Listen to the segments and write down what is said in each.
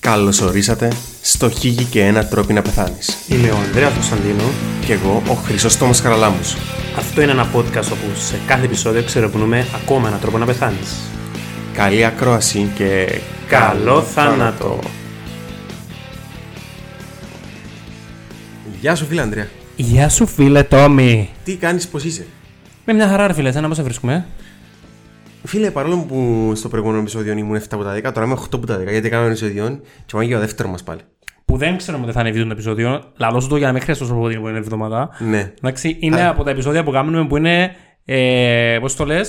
Καλώς ορίσατε στο Χίγη και ένα τρόπο να πεθάνεις. Είμαι ο Ανδρέας Κωνσταντίνο. Κι εγώ ο Χρυσόστομος Χαραλάμπους. Αυτό είναι ένα podcast όπου σε κάθε επεισόδιο ξερευνούμε ακόμα έναν τρόπο να πεθάνεις. Καλή ακρόαση και... Καλό θάνατο. Γεια σου φίλε Ανδρέα. Γεια σου φίλε Τόμι. Τι κάνεις, πώς είσαι. Με μια χαρά ρε φίλε, σαν να μας βρίσκουμε. ε. Φίλε, παρόλο που στο προηγούμενο επεισόδιο ήμουν 7 από τα 10, τώρα είμαι 8 από τα 10 γιατί κάναμε επεισόδιο και πάμε για το δεύτερο μας πάλι. Που δεν ξέρουμε ότι θα ανεβεί το επεισόδιο. Λαλώ σου το για να μην χρειαστώ από την επόμενη εβδομάδα. Ναι. Εντάξει, είναι από τα επεισόδια που κάνουμε που είναι. Ε, Πώς το λες,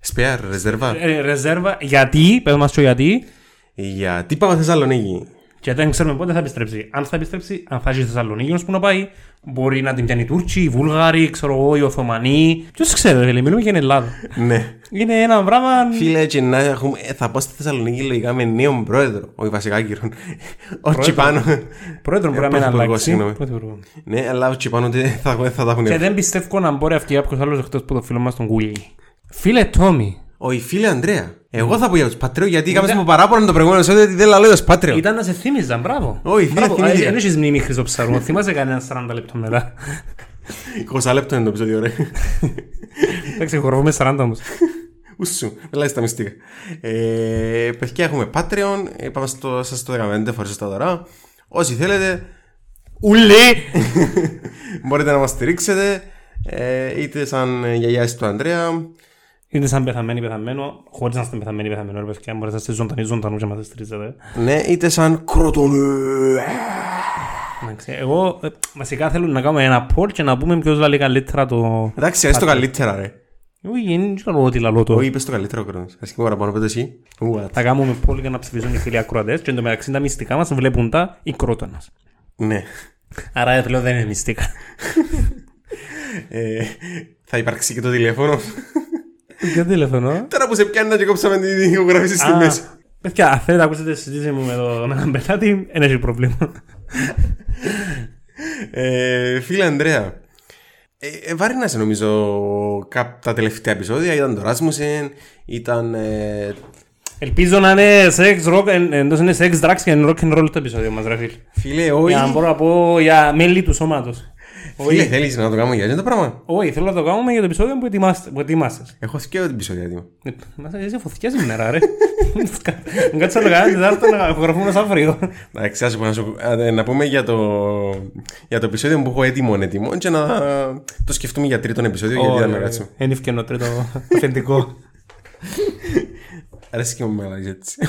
Σπέα, ρεζερβά. ε, ρεζέρβα. Γιατί, πες μας το γιατί. Γιατί πάμε Θεσσαλονίκη. Και δεν ξέρουμε πότε θα επιστρέψει. Αν θα επιστρέψει, αν θα έχει Θεσσαλονίκη που να πάει, μπορεί να την πιάνει οι Τούρκοι, οι Βούλγαροι, ξέρω εγώ, οι Οθωμανοί. Ποιος ξέρει, ρε, μιλούμε για την Ελλάδα. ναι. Είναι ένα πράγμα. Φίλε, και να έχουμε... ε, θα πάω στη Θεσσαλονίκη λογικά με νέο πρόεδρο. Όχι βασικά κύριο. Ο Τσιπάνο. Πρόεδρο μπορεί να μην πρωθυπουργό, αλλάξει. συγγνώμη. Πρωθυπουργό. ναι, αλλά ο Τσιπάνο ότι θα, θα τα έχουν Και δεν πιστεύω να μπορεί αυτή κάποιος άλλος εκτός από το φίλο μας τον Γουίλι. Φίλε Τόμι, Όχι, φίλε Ανδρέα. Εγώ θα πω για τους Πατρέο γιατί είχαμε μου παράπονο το προηγούμενο επεισόδιο ότι δεν λαλώ για του Πατρέο. Ήταν να σε θύμιζα, μπράβο. Όχι, δεν Μπράβο, θυμήθηκα. ε, Δεν έχεις μνήμη χρυσοψαρού, θυμάσαι κανένα 40 λεπτό μετά. 20 λεπτό είναι το επεισόδιο, ρε. Εντάξει, χορεύουμε 40 όμως. Ούσου, μιλάει στα μυστικά. Ε, παιδιά, έχουμε Patreon. ε, Πάμε στο, σας το 15 φορές στα δωρά. Όσοι θέλετε, Ουλή! μπορείτε να μας στηρίξετε. Ε, είτε σαν γιαγιάς του Ανδρέα. Είναι σαν πεθαμένη πεθαμένο, χωρίς να είστε πεθαμένοι πεθαμένο, ρε παιδιά, μπορείτε να είστε ζωντανοί ζωντανούς και να μας στηρίζετε. Ναι, είτε σαν κροτον. Εντάξει, Εγώ ε, βασικά θέλω να κάνουμε ένα poll και να πούμε ποιος λαλεί καλύτερα το... Εντάξει, αρέσει το καλύτερα, ρε. Όχι, δεν ξέρω ότι λαλώ το. Όχι, είπες το καλύτερο κρότον. Αρέσει και παραπάνω πέτω εσύ. What? Θα κάνουμε poll για να ψηφίζουν οι φίλοι ακροατές και εντωμεταξύ τα μυστικά μας βλέπουν τα οι κρότονας. Ναι. Άρα ε, πλέον δεν είναι μυστικά. Ε, θα υπάρξει και το τηλέφωνο. Για τηλεφωνώ. Τώρα που σε πιάνει να και κόψαμε την ηχογράφηση στη Α, μέση. Παιδιά, αν θέλετε να ακούσετε τη συζήτηση μου με, το, με έναν πελάτη, δεν έχει πρόβλημα. Ε, φίλε Ανδρέα, ε, ε, βάρινασε νομίζω κά- τα τελευταία επεισόδια. Ήταν το Rasmussen, ήταν. ε, Ελπίζω να είναι σεξ, rock, εν- εντός είναι σεξ, drugs και rock and roll το επεισόδιο μας, ρε φίλε. φίλε, Για να όχι. μπορώ να πω για μέλη του σώματος. Φίλε, θέλεις να το κάνουμε για αυτό το πράγμα. Όχι, θέλω να το κάνουμε για το επεισόδιο που ετοιμάστε. Που ετοιμάσες. Έχω σκέφτο την επεισόδια έτοιμο. Ε, Μας εσύ φωθηκές σήμερα, ρε. Μου κάτσε να το κάνω, θα να ηχογραφούμε σαν αύριο. Εντάξει, ας πω, να, σου- α, ε, να πούμε για το, για το επεισόδιο που έχω έτοιμο έτοιμο και να το σκεφτούμε για τρίτον επεισόδιο γιατί δεν κάτσουμε. Είναι ευκαινό τρίτο αφεντικό. Αρέσει και μου μεγάλες έτσι.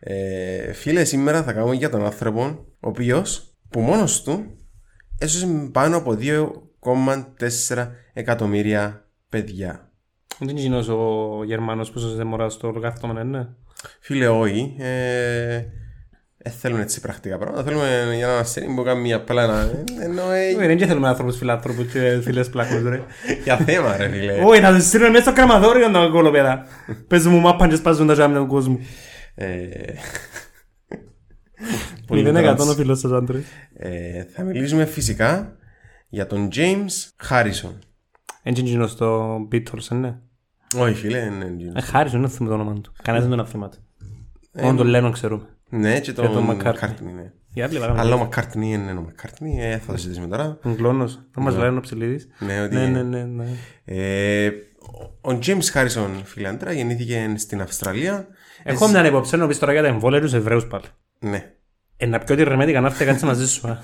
ε, φίλε, σήμερα θα κάνουμε για τον άνθρωπο ο οποίος που μόνος του έσωσε πάνω από 2,4 εκατομμύρια παιδιά. Δεν γίνος ο Γερμανός που σώζεται μωρά στο λογαριασμό, ναι. Φίλε, όχι. Ε, ε, θέλουμε έτσι πρακτικά πράγματα. Θέλουμε για να μας θέλει που κάνει μια απλά να. Ενώ, ε, Όχι, Δεν και θέλουμε άνθρωπους φιλάνθρωπους και φίλες πλάκους, ρε. για θέμα, ρε φίλε. Όχι, να τους στείλουμε μέσα στο κρεμαδόριο να κόλλω πέρα. Πες μου μάπαν και σπάζουν τα ζάμια του κόσμου. Ε, πολύ Μηδέν εκατόν τρανς. ο φίλος σας άντρες. Ε, θα μιλήσουμε φυσικά για τον James Harrison. Έτσι γίνω στο Beatles, ναι. Όχι, φίλε, ναι, ναι. Ε, Χάρης, δεν θυμάμαι το όνομα του. Κανένας δεν τον αφήματε. Ε, Μόνο τον Lennon ξέρουμε. Ναι, και τον, τον τον Μακκάρτνι. Μακκάρτνι. Ναι. Για άλλη λέγαμε. Αλλά ο Μακκάρτνι είναι ο Μακκάρτνι, ε, θα το συζητήσουμε τώρα. Εγγλώνος. Θα μας λένε ο Ψηλίδης. Ναι, ότι Ναι, ναι, ναι, ναι. Ε, ο James Harrison, φιλάντρα, γεννήθηκε στην Αυστραλία. Έχω μια υπόψη να πεις τώρα για τα εμβόλια τους Εβραίους πάλι. Ναι. Ε, να πιω τη ρεμέτικα να ε. έρθει κάτι μαζί σου. α.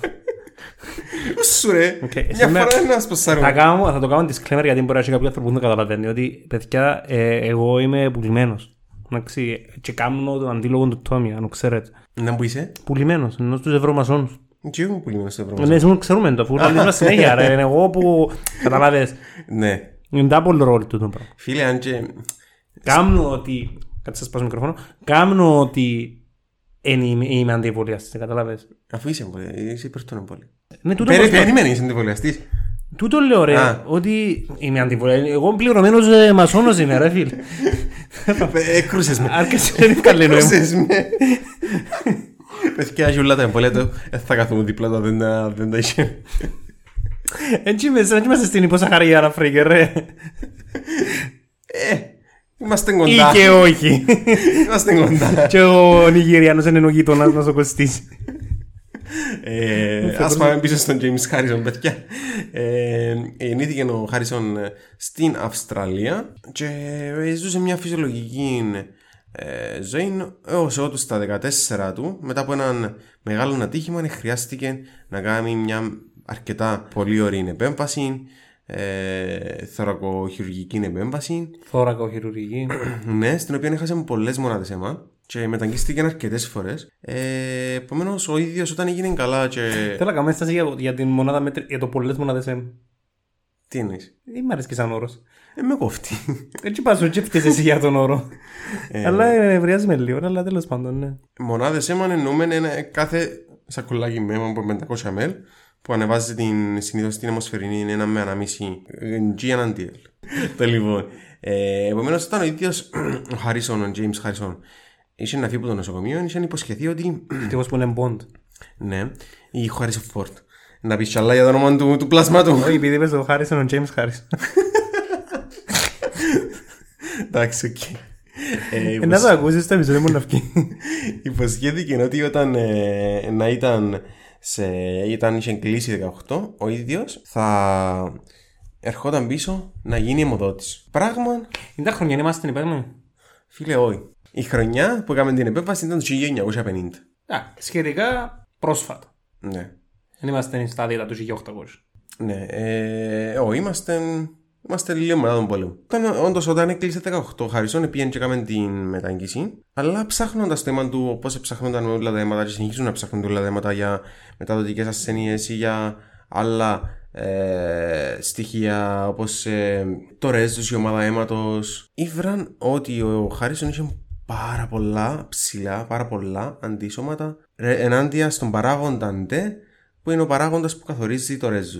Σου ρε, Οκ, μια σήμερα- φορά να Θα, σπασάρουμε. κάνω, θα το κάνω disclaimer γιατί μπορεί να έχει κάποιο άνθρωπο που δεν το καταλαβαίνει. Ότι παιδιά, ε, εγώ είμαι πουλημένος. Εντάξει, και κάνω τον αντίλογο του Τόμι, αν το ξέρετε. Να που είσαι, Πουλημένος, ενώ στους ευρωμασόνους. και εγώ που είμαι στο Ευρώπη. Ναι, εσύ ξέρουμε το, αφού λέμε τα συνέχεια. Ρε, είναι εγώ που καταλάβες. Ναι. Είναι double role του το πράγμα. Φίλε, αν και... Κάμνω ότι. Κάτσε, σας πάω στο μικρόφωνο. Κάμνω ότι. εν Είμαι, είμαι αντιβολιαστής, καταλάβες. Αφού είσαι εμβολιαστής, είσαι υπέρ των εμβολίων. Ναι, τούτο, Περι- πώς το- Περίμενε, είσαι εμβολιαστής. τούτο λέω ρε, Α. ότι είμαι αντιβολιαστής. Εγώ πληρωμένος ε, μασόνος είμαι ρε φίλε. Ε, Έκρουσες με. Άρκεσε δεν είναι καλή νόημα. Έκρουσες με. Παιδιά, γιουλά τα εμβολία του, ε, θα καθόμουν διπλά τα δεν τα- δεν τα είχε. ε. Έτσι είμαστε, έτσι είμαστε στην υπόσαχαρη για να φρέγγε ρε. Ε, Είμαστε Ή κοντά. Ναι. και όχι. Είμαστε κοντά. και ο Νιγηριανός είναι ο γείτονας να σου κοστίσει. Ε, ας πάμε πίσω στον James Harrison, παιδιά. Ε, γεννήθηκε ο Harrison ε, στην Αυστραλία και ε, ζούσε μια φυσιολογική ε, ζωή έως ότου στα 14 του μετά από έναν μεγάλο ατύχημα ε, χρειάστηκε να κάνει μια αρκετά πολύ ωραία επέμβαση ε, θωρακοχειρουργική επέμβαση Θώρακο χειρουργική. ναι, στην οποία έχασε πολλές μονάδες αίμα και μεταγγίστηκε αρκετές φορές. Ε, Επομένως, ο ίδιος όταν έγινε καλά και. Θέλω να κάνω ένσταση για, για, την μονάδα μέτρη, για το πολλές μονάδες M. Τι εννοείς. Δεν μ' αρέσει και σαν όρος. Ε, με κοφτεί. Έτσι πας, έτσι φτιάχνει εσύ για τον όρο. Ναι. αλλά ε, ευρεάζει με λίγο, αλλά τέλος πάντων, ναι. Μονάδες αίμα εννοούμε είναι κάθε σακουλάκι με αίμα από 500 ml που ανεβάζει την, συνήθως την αιμοσφαιρινή είναι ένα με 1,5 G αναντίελ. Το λοιπόν. Ε, Επομένως, όταν ο ίδιος ο Χάρισον, ο James Χάρισον, είχε να φύγει από το νοσοκομείο, είχε υποσχεθεί ότι Τι που είναι Bond. Ναι, ή Χάρισον Φόρτ. Να πεις σαλά για το όνομα του, του πλάσματου. Όχι, επειδή είπες ο Χάρισον, ο James Harrison. Εντάξει, οκ. Ε, υποσ- Να το ακούσεις, το επεισόδιο μου να βγει. Υποσχέθηκε ότι όταν ε, να ήταν σε, ήταν είχε κλείσει 18, ο ίδιος θα ερχόταν πίσω να γίνει αιμοδότης. Πράγμα, Είναι τα χρονιά, είμαστε στην ναι. υπέρνη. φίλε, όχι. Η χρονιά που έκαμε την επέμβαση ήταν το 1950. Σχετικά πρόσφατα. Ναι. Δεν είμαστε στα δίαιτα του 1800. Ναι, ε, ό, είμαστε, είμαστε λίγο μετά τον πόλεμο. Όταν, όντως, όταν έκλεισε 18, Χαρισόν πήγαινε και έκαμε την μεταγγίση, αλλά ψάχνοντας το αίμα του, όπως ψάχνονταν όλα τα αίματα και συνεχίζουν να ψάχνουν όλα τα αίματα για μεταδοτικές ασθένειες ή για άλλα ε, στοιχεία όπως ε, το ρέζος, η ομάδα αίματος. Ήβραν ότι ο Χαρισόν είχε πάρα πολλά ψηλά, πάρα πολλά αντίσωματα ρε, ενάντια στον παράγοντα ντε που είναι ο παράγοντας που καθορίζει το ρέζος.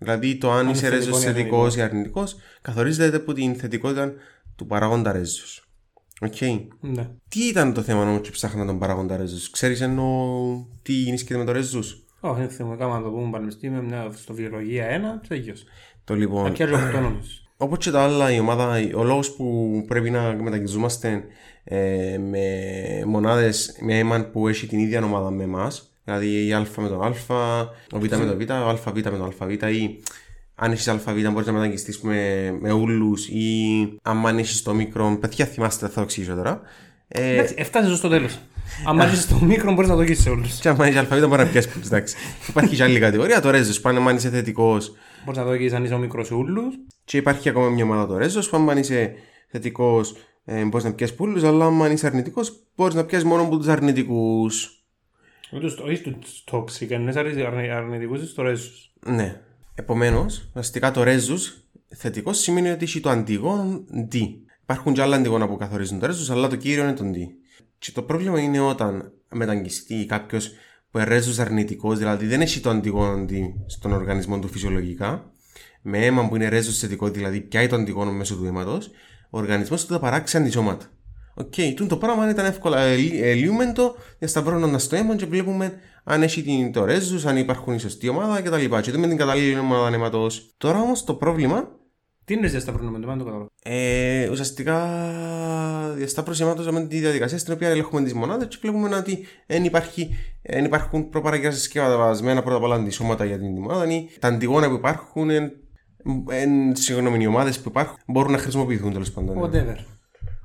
Δηλαδή το αν, είσαι θετικό ρέζο ή θετικό αρνητικό. ή αρνητικός, καθορίζεται από την θετικότητα του παράγοντα ρέζος. Οκ. Ναι. Τι ήταν το θέμα όμως που ψάχνα τον παράγοντα ρέζος, Ξέρεις ενώ τι γίνεται με το ρέζος. Όχι, δεν θυμάμαι κάμα να το πούμε πανεπιστήμιο, μια στο βιολογία 1, τέλειο. Το λοιπόν. Αρχιά ζωοκτώνομη. Όπως και τα άλλα, η ομάδα, ο λόγος που πρέπει να μεταγγιζόμαστε ε, με μονάδες με αίμα που έχει την ίδια ομάδα με εμάς, δηλαδή η Α με τον Α, ο Β με τον Β, ο ΑΒ με τον ΑΒ, ή αν έχεις ΑΒ μπορείς να μεταγγιστείς με, με ούλους, ή αν έχεις το μικρό. Παιδιά, θυμάστε, θα το εξηγήσω τώρα. Ε, Εντάξει, έφτασε στο τέλος. Αν μάθει στο μικρό, μπορείς να το γυρίσεις σε όλου. και αν είσαι ΑΒ, μπορεί να πιάσεις πίσω. εντάξει. Υπάρχει και άλλη κατηγορία, το ρέζος. Πάνε, αν είσαι θετικός, Μπορείς να το γυρίσεις αν είσαι ο μικρός σε όλου. Και υπάρχει ακόμα μια ομάδα το ρέζος που, άμα είσαι θετικός, ε, μπορείς να πιάσεις πούλου, αλλά άμα είσαι αρνητικός, μπορείς να πιάσεις μόνο από του αρνητικού. Όχι τους τόξικ, αν είσαι αρνητικό, είσαι στο ρέζο. Ναι. Επομένως, ουσιαστικά το ρέζο θετικό σημαίνει ότι έχει το αντιγόν D. Υπάρχουν και άλλα αντιγόνα που καθορίζουν το ρέζο, αλλά το κύριο είναι το D. Και το πρόβλημα είναι όταν μεταγγιστεί κάποιος που ρέζο αρνητικός, δηλαδή δεν έχει το αντιγόνο D στον οργανισμό του φυσιολογικά, με αίμα που είναι ρέζο θετικό, δηλαδή πιάει το αντιγόνο μέσω του αίματος, ο οργανισμός του θα παράξει αντισώματα. Οκ, τούτο το πράγμα ήταν εύκολα ε, ελι- ελιούμεντο, διασταυρώνοντα το αίμα και βλέπουμε αν έχει την, το ρέζου, αν υπάρχουν η σωστή ομάδα κτλ. Και δούμε την κατάλληλη ομάδα ανέματο. Τώρα όμως το πρόβλημα Τι είναι ζεστά προνομία, δεν το καταλαβαίνω. ε, ουσιαστικά διασταύρωση αίματο με τη διαδικασία στην οποία ελέγχουμε τις μονάδες και βλέπουμε ότι δεν, υπάρχει, εν υπάρχουν προπαρασκευασμένα πρώτα απ' όλα αντισώματα για την ομάδα ή τα αντιγόνα που υπάρχουν, εν, εν, συγγνώμη, οι ομάδες που υπάρχουν μπορούν να χρησιμοποιηθούν τέλος πάντων. Whatever.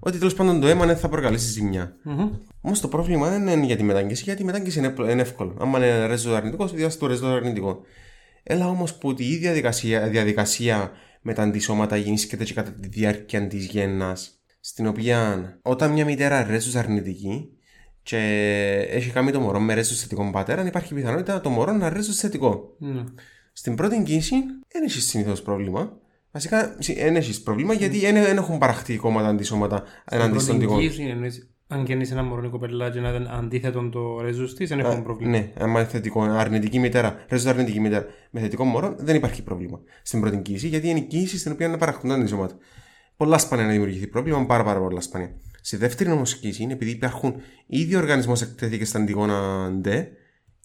Ότι τέλος πάντων το αίμα ναι, θα προκαλέσει ζημιά. Μμμ. Όμως το πρόβλημα δεν είναι για τη μετάγγιση, γιατί η μετάγγιση είναι, απλο- είναι εύκολο. Αν είναι ρέζο αρνητικός, διάσει το ρέζο αρνητικό. Έλα όμως που τη ίδια διαδικασία, διαδικασία με τα αντισώματα γεννήσκεται και κατά τη διάρκεια της γέννας, στην οποία όταν μια μητέρα ρέζος αρνητική και έχει κάνει το μωρό με ρέζο θετικό πατέρα, υπάρχει πιθανότητα το μωρό να ρέζο θετικό. Ναι. Στην πρώτη κίνηση δεν έχει συνήθως πρόβλημα. Βασικά δεν έχεις πρόβλημα γιατί δεν έχουν παραχθεί κόμματα αντισώματα εναντί Πρώτη στον τυγό. εγγύηση, εννοείς, Αν γεννήσει ένα μωρό ή κοπελά και να ήταν αντίθετο το ρεζού τη, δεν έχουμε πρόβλημα. Ναι, άμα είναι θετικό, αρνητική μητέρα, ρέζος αρνητική μητέρα με θετικό μωρό, δεν υπάρχει πρόβλημα στην πρώτη κίνηση γιατί είναι η κίνηση στην οποία να παραχθούν τα αντισώματα. Πολλά σπάνια να δημιουργηθεί πρόβλημα, πάρα, πάρα πολλά σπάνια. Στη δεύτερη όμω κίνηση είναι επειδή υπάρχουν ήδη ο οργανισμό εκτέθηκε στα αντιγόνα ντε,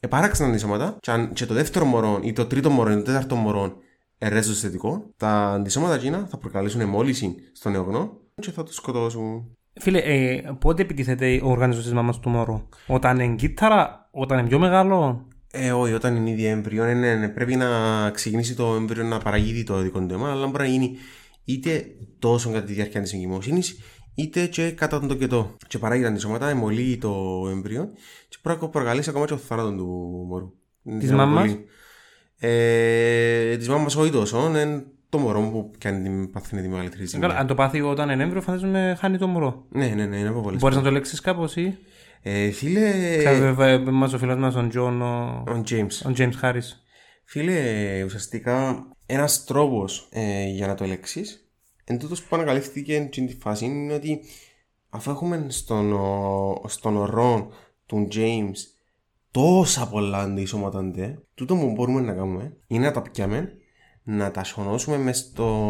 επάραξαν αντισώματα, και, αν, και το δεύτερο μωρό ή το τρίτο μωρό ή το τέταρτο μωρό ρέζο θετικό, τα αντισώματα εκείνα θα προκαλέσουν εμόλυση στον νεογνώ και θα τους σκοτώσουν. Φίλε, ε, πότε επιτίθεται ο οργανισμός της μάμας του μωρού, Όταν είναι κύτταρα, όταν είναι πιο μεγάλο. Ε, όχι, όταν είναι ήδη έμβριο, ναι, ναι, ναι, πρέπει να ξεκινήσει το έμβριο να παραγγείλει το δικό του αίμα, αλλά μπορεί να γίνει είτε τόσο κατά τη διάρκεια της εγκυμοσύνης, είτε και κατά τον τοκετό. Και παράγει τα αντισώματα, εμολύει το έμβριο και μπορεί να προκαλέσει ακόμα και το θάνατος του μωρού. Της μάμας? Ε, της μάμας όχι τόσο, είναι το μωρό μου που κάνει την παθήνη τη μεγαλύτερη ζημιά. Καλά, Αν το πάθει όταν είναι έμβριο, φαντάζομαι χάνει το μωρό. Ναι, ναι, ναι, είναι από πολλές. Μπορείς να το λέξεις κάπως ή. Ε, φίλε, Μα ε, ο φίλος μας, ο Τζον, ο ο James. ο James Harris. Φίλε, ουσιαστικά ένας τρόπος για να το ελέξει, εν τούτος που ανακαλύφθηκε στην τη φάση είναι ότι αφού έχουμε στον, ο- στον ορό του James τόσα πολλά αντισώματα ντε, τούτο που μπορούμε να κάνουμε είναι να τα πιάμε, να τα σωνώσουμε μες στο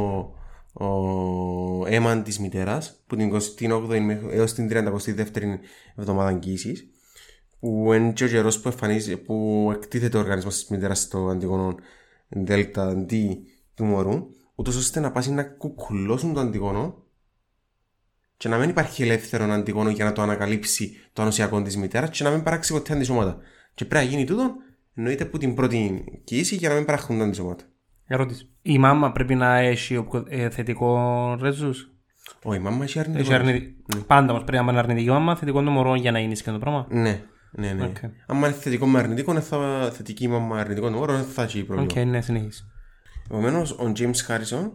ο, αίμα της μητέρας που την 28η μέχρι- έως την 32η εβδομάδα εγγύησης που είναι και ο καιρός που, εμφανίζει, που εκτίθεται ο οργανισμός της μητέρας στο αντιγόνο Δέλτα D του μωρού, ούτως ώστε να πάσει να κουκουλώσουν το αντιγόνο και να μην υπάρχει ελεύθερο αντιγόνο για να το ανακαλύψει το ανοσιακό της μητέρας και να μην παράξει ποτέ αντισώματα. Και πρέπει να γίνει τούτο εννοείται από την πρώτη κοίηση για να μην παραχθούν τα αντισώματα. Ερώτηση. Η μάμα πρέπει να έχει οπο- ε, θετικό ρεζού. Όχι, η μάμα έχει αρνητικό. Έχει αρνητικό. Πάντα όμως πρέπει να είναι αρνητική μάμα, θετικό το μωρό για να είναι και το πράγμα. Ναι, ναι, ναι. Οκ. Αν είναι θετικό με αρνητικό, ναι, θα θετική η μάμα αρνητικό νούμερο, δεν θα έχει πρόβλημα. Οκ, ναι, συνεχίζει. Επομένως, ο James Harrison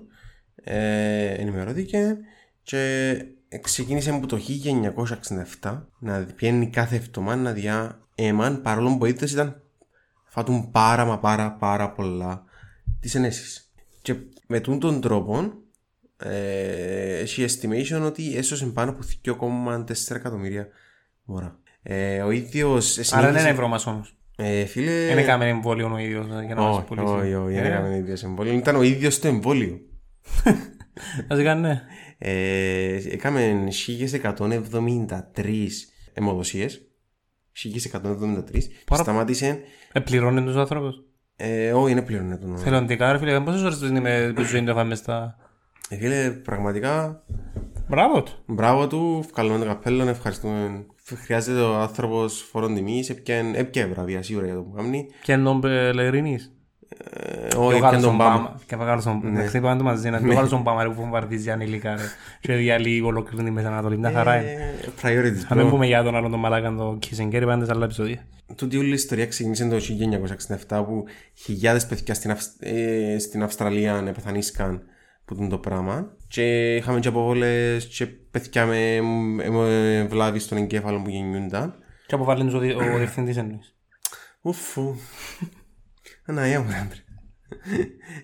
ε, ενημερώθηκε και ξεκίνησε από το 1967 να πηγαίνει κάθε εβδομάδα να διά εμάν παρόλο που οι ήταν φάτουν πάρα μα πάρα πάρα πολλά τις ενέσεις. Και με τούν τον τρόπο ε, έχει estimation ότι έσωσε πάνω από 2,4 εκατομμύρια μωρά. Ε, ο ίδιος Άρα δεν συνέχισε- είναι ευρώ μα όμω. ε, φίλε... Δεν έκαμε εμβόλιο ο ίδιος για να μας όχι, όχι, πουλήσει. όχι, δεν Ε, έκαμε ίδιο εμβόλιο. Ήταν ο ίδιος το εμβόλιο. Ας έκανε, ναι. Ε, έκαμε 1173 αιμοδοσίε. 1173. Πάρα- Σταμάτησε. Ε, πληρώνουν τους ανθρώπους. Ε, όχι, είναι πλέον ένα τον όρο. Θελοντικά, ρε φίλε, πόσες ώρες είναι με τη ζωή του φάμε στα... Ε, φίλε, πραγματικά Μπράβο του. μπράβο του. Βγάλουμε το καπέλο, ευχαριστούμε. Χρειάζεται ο άνθρωπος φορών τιμή. Έπια βραβεία σίγουρα για το που κάνει. Και εννοώ Πελεγρινής. Ε, όχι, έπιαν τον Μπάμα. Και θα βάλω Ναι. τον Να χτύπαμε το μαζί, να το βάλω στον Πάμα, ρε, που βομβαρδίζει ανήλικα, ρε. Και διαλύει ολόκληρη τη Μέση Ανατολή. Μια χαρά είναι. Ε, Priorities. Θα μην bro. πούμε για τον άλλον τον Μαλάκαν, τον Kissinger, είπαν σε άλλα επεισόδια. Τούτη όλη η ιστορία ξεκίνησε το 1967 που χιλιάδες παιδιά στην, Αυσ... ε, στην Αυστραλία πεθανίσκαν που ήταν το πράγμα. Και είχαμε και αποβολές και παιδιά με με βλάβη στον εγκέφαλο που γεννιούνταν. Και αποβάλλεις τους ο δι- ο διευθυντής εννοείς. Ουφου. Αναία μου, άντρε.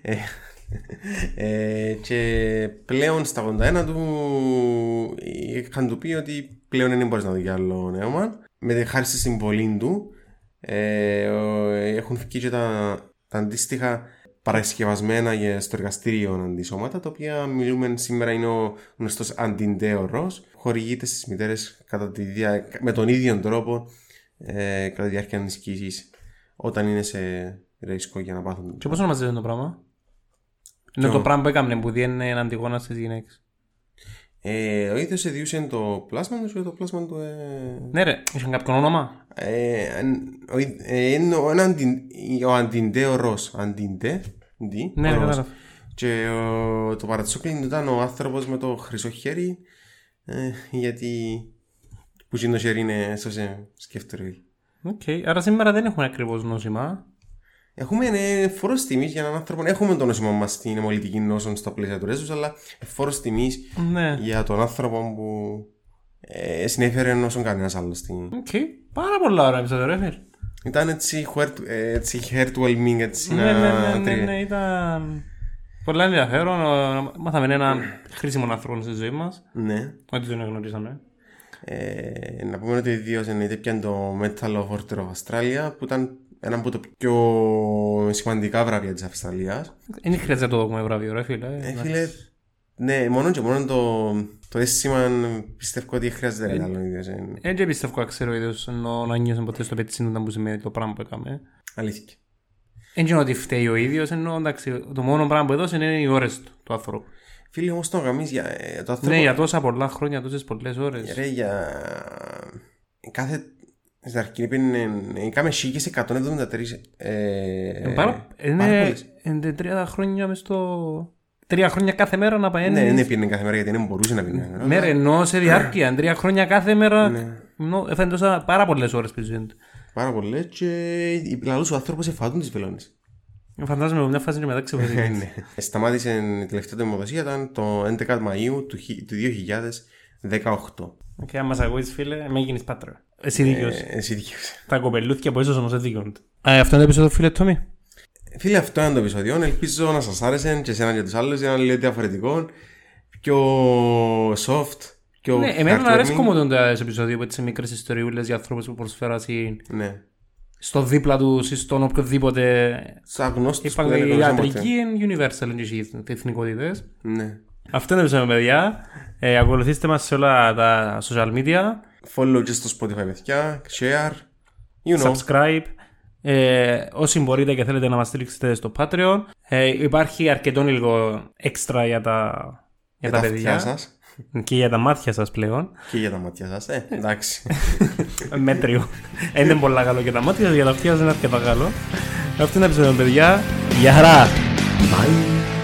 Ε, ε, και πλέον στα 81 του είχαν του πει ότι πλέον δεν μπορείς να δεις άλλο νέωμα. Με τη χάρη στη συμβολή του ε, ο- έχουν βγει και τα, τα αντίστοιχα παρασκευασμένα για- στο εργαστήριο αντισώματα, τα οποία μιλούμε σήμερα είναι ο γνωστός αντιντέωρος, χορηγείται στις μητέρες με τον ίδιο τρόπο ε, κατά τη διάρκεια ανησυχήση όταν είναι σε ρίσκο για να πάθουν. Και πώς ονομάζεται το πράγμα. Είναι Ποιο? το πράγμα που έκαμε, που διένε έναν τυγόνα στις γυναίκες. Ε, ο ίδιος εδιούσε το πλάσμα τους και το πλάσμα του. Ε, Ναι ρε, είχαν κάποιο όνομα. ε, αν- ο, ιδ- ε, είναι ο, ένα αντι, ο αντιντέωρο. Αντιντε. ντι, Ναι, ρε, ωραίος. κατάλαβα. Και ο, το παρατσούκλιν ήταν ο άνθρωπος με το χρυσό χέρι. Ε, γιατί. που γίνει το χέρι είναι. σώσε, σκέφτομαι. Οκ, άρα σήμερα δεν έχουμε ακριβώς νόσημα. Έχουμε φόρος τιμής για έναν άνθρωπο. ναι, Έχουμε το νόσημα μας στην αιμολυτική νόσο στα πλαίσια του ρέζους, αλλά φόρος τιμής Ναι. για τον άνθρωπο που ε, συνέφερε νόσον κανένας άλλος στην. Οκ. Πάρα πολλά ωραία επεισόδια, ρε φίλε. Ήταν έτσι, χουέρτ- ε, έτσι heartwarming, έτσι Ναι, ναι, να ναι, ναι, τρι- ναι, ήταν πολλά ενδιαφέρον. Ο- Μάθαμε έναν χρήσιμο άνθρωπο στη ζωή μας. ναι. Ότι τον γνωρίσαμε. Ε, να πούμε ότι ιδίω εννοείται πια το Metal of Order of Australia που ήταν ένα από τα πιο σημαντικά βραβεία της Αυστραλίας. Δεν χρειάζεται να το δούμε βραβείο, ρε φίλε. Ε, φίλε, ναι, μόνο και μόνο το, το αίσθημα πιστεύω ότι χρειάζεται κάτι άλλο. ίδιος, ε, Δεν και πιστεύω να ξέρω είδος ενώ να νιώσουν ποτέ στο πετσίνο όταν που σημαίνει το πράγμα που έκαμε. Αλήθεια. Δεν είναι ότι φταίει ο ίδιος, ενώ εντάξει, το μόνο πράγμα που έδωσε είναι οι ώρες του, του άνθρωπου. Φίλοι, όμω τον γαμίζει για ε, το άνθρωπο. Ναι, για τόσα πολλά χρόνια, τόσες πολλές ώρες. Ε, Ρε, για. Κάθε. Στην αρχή πίνει. Είχαμε σίγε 173. Ε, πάρα Είναι πολλές. είναι τρία χρόνια μες στο. Τρία χρόνια κάθε μέρα να Ναι, παένει. δεν πίνει κάθε μέρα γιατί δεν μπορούσε να πίνει. κάθε μέρα. Ναι, ρε, ενώ σε διάρκεια. Τρία χρόνια κάθε μέρα. Ναι. Νο, έφερε τόσα πάρα πολλές ώρες πίσω. Πάρα πολλές. Και λαλούς ο άνθρωπος εφάτουν τις βελόνε. Φαντάζομαι μια φάση και μετά ξεφεύγει. Ναι. Σταμάτησε η τελευταία του αιμοδοσία ήταν το 11 Μαου του χι- του 2018. Και άμα σε ακούεις φίλε, με γίνεις πάτρα. Εσύ δίκαιος. Ε, Εσύ δικαιούσε. Τα κοπελούθια που ίσως όμως δεν δικαιούνται. Α, ε, αυτό είναι το επεισόδιο φίλε Τόμι. Φίλε, αυτό είναι το επεισόδιο. Ελπίζω να σας άρεσε και εσένα και τους άλλους. Ένα λίγο διαφορετικό. Πιο soft. Πιο Ναι, εμένα μου heartwarming. αρέσει κομμόντων τα επεισόδια που έτσι μικρές ιστοριούλες για ανθρώπους που προσφέρασαν Ναι. στο δίπλα τους ή στον οποιοδήποτε. Σαν γνώστου που Είπαμε δεν η γνωρίζαμε ποτέ. ιατρική είναι universal, είναι και οι εθνικότητες. Ναι. Αυτό είναι το επεισόδιο παιδιά. Ε, ακολουθήστε μας σε όλα τα social media. Follow και στο Spotify, παιδιά. Share. You know. subscribe. Ε, όσοι μπορείτε και θέλετε να μας στηρίξετε στο Patreon. Ε, υπάρχει αρκετό υλικό έξτρα για τα, Για για τα, τα αυτιά παιδιά σας και για τα μάτια σας πλέον. και για τα μάτια σας. Ε, εντάξει. Μέτριο. Ε, είναι πολύ καλό για τα μάτια σας, για τα αυτιά σας είναι αρκετά καλό. Αυτό είναι το επεισόδιο, παιδιά. Γεια χαρά! Bye.